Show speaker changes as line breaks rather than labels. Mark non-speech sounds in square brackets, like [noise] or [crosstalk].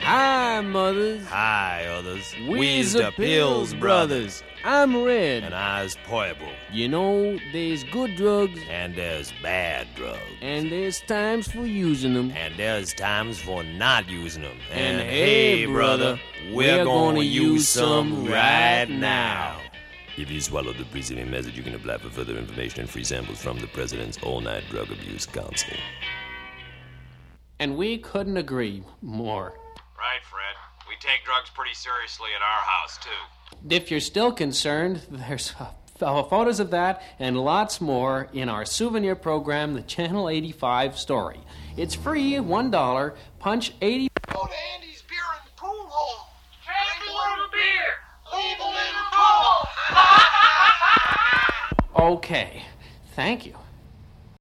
Hi, mothers.
Hi, others.
We's
We's
the
the
Pills
Pills Brothers.
I'm Red.
And I's Poible.
you know, there's good drugs,
And there's bad drugs.
and there's times for using them.
And there's times for not using them.
And hey, brother, we're gonna use some right now.
If you swallow the preceding message, you can apply for further information and free samples from the President's All Night Drug Abuse Council.
And we couldn't agree more.
Right, Fred. We take drugs pretty seriously at our house, too.
If you're still concerned, [laughs] there's uh, photos of that and lots more in our souvenir program, The Channel 85 Story. It's free, $1, punch 80.
Go to Andy's Beer and Pool Hall.
Drink a little beer.
Leave a little pool.
Okay, thank you.